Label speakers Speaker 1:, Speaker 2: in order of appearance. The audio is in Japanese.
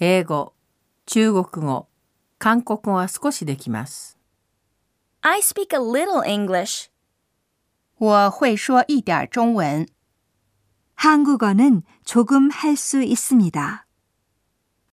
Speaker 1: 英語、中国語、韓国語は少しできます。
Speaker 2: I speak a little English.
Speaker 3: 我会说一点中文。
Speaker 4: 한국어는 조금 할 수 있습니다.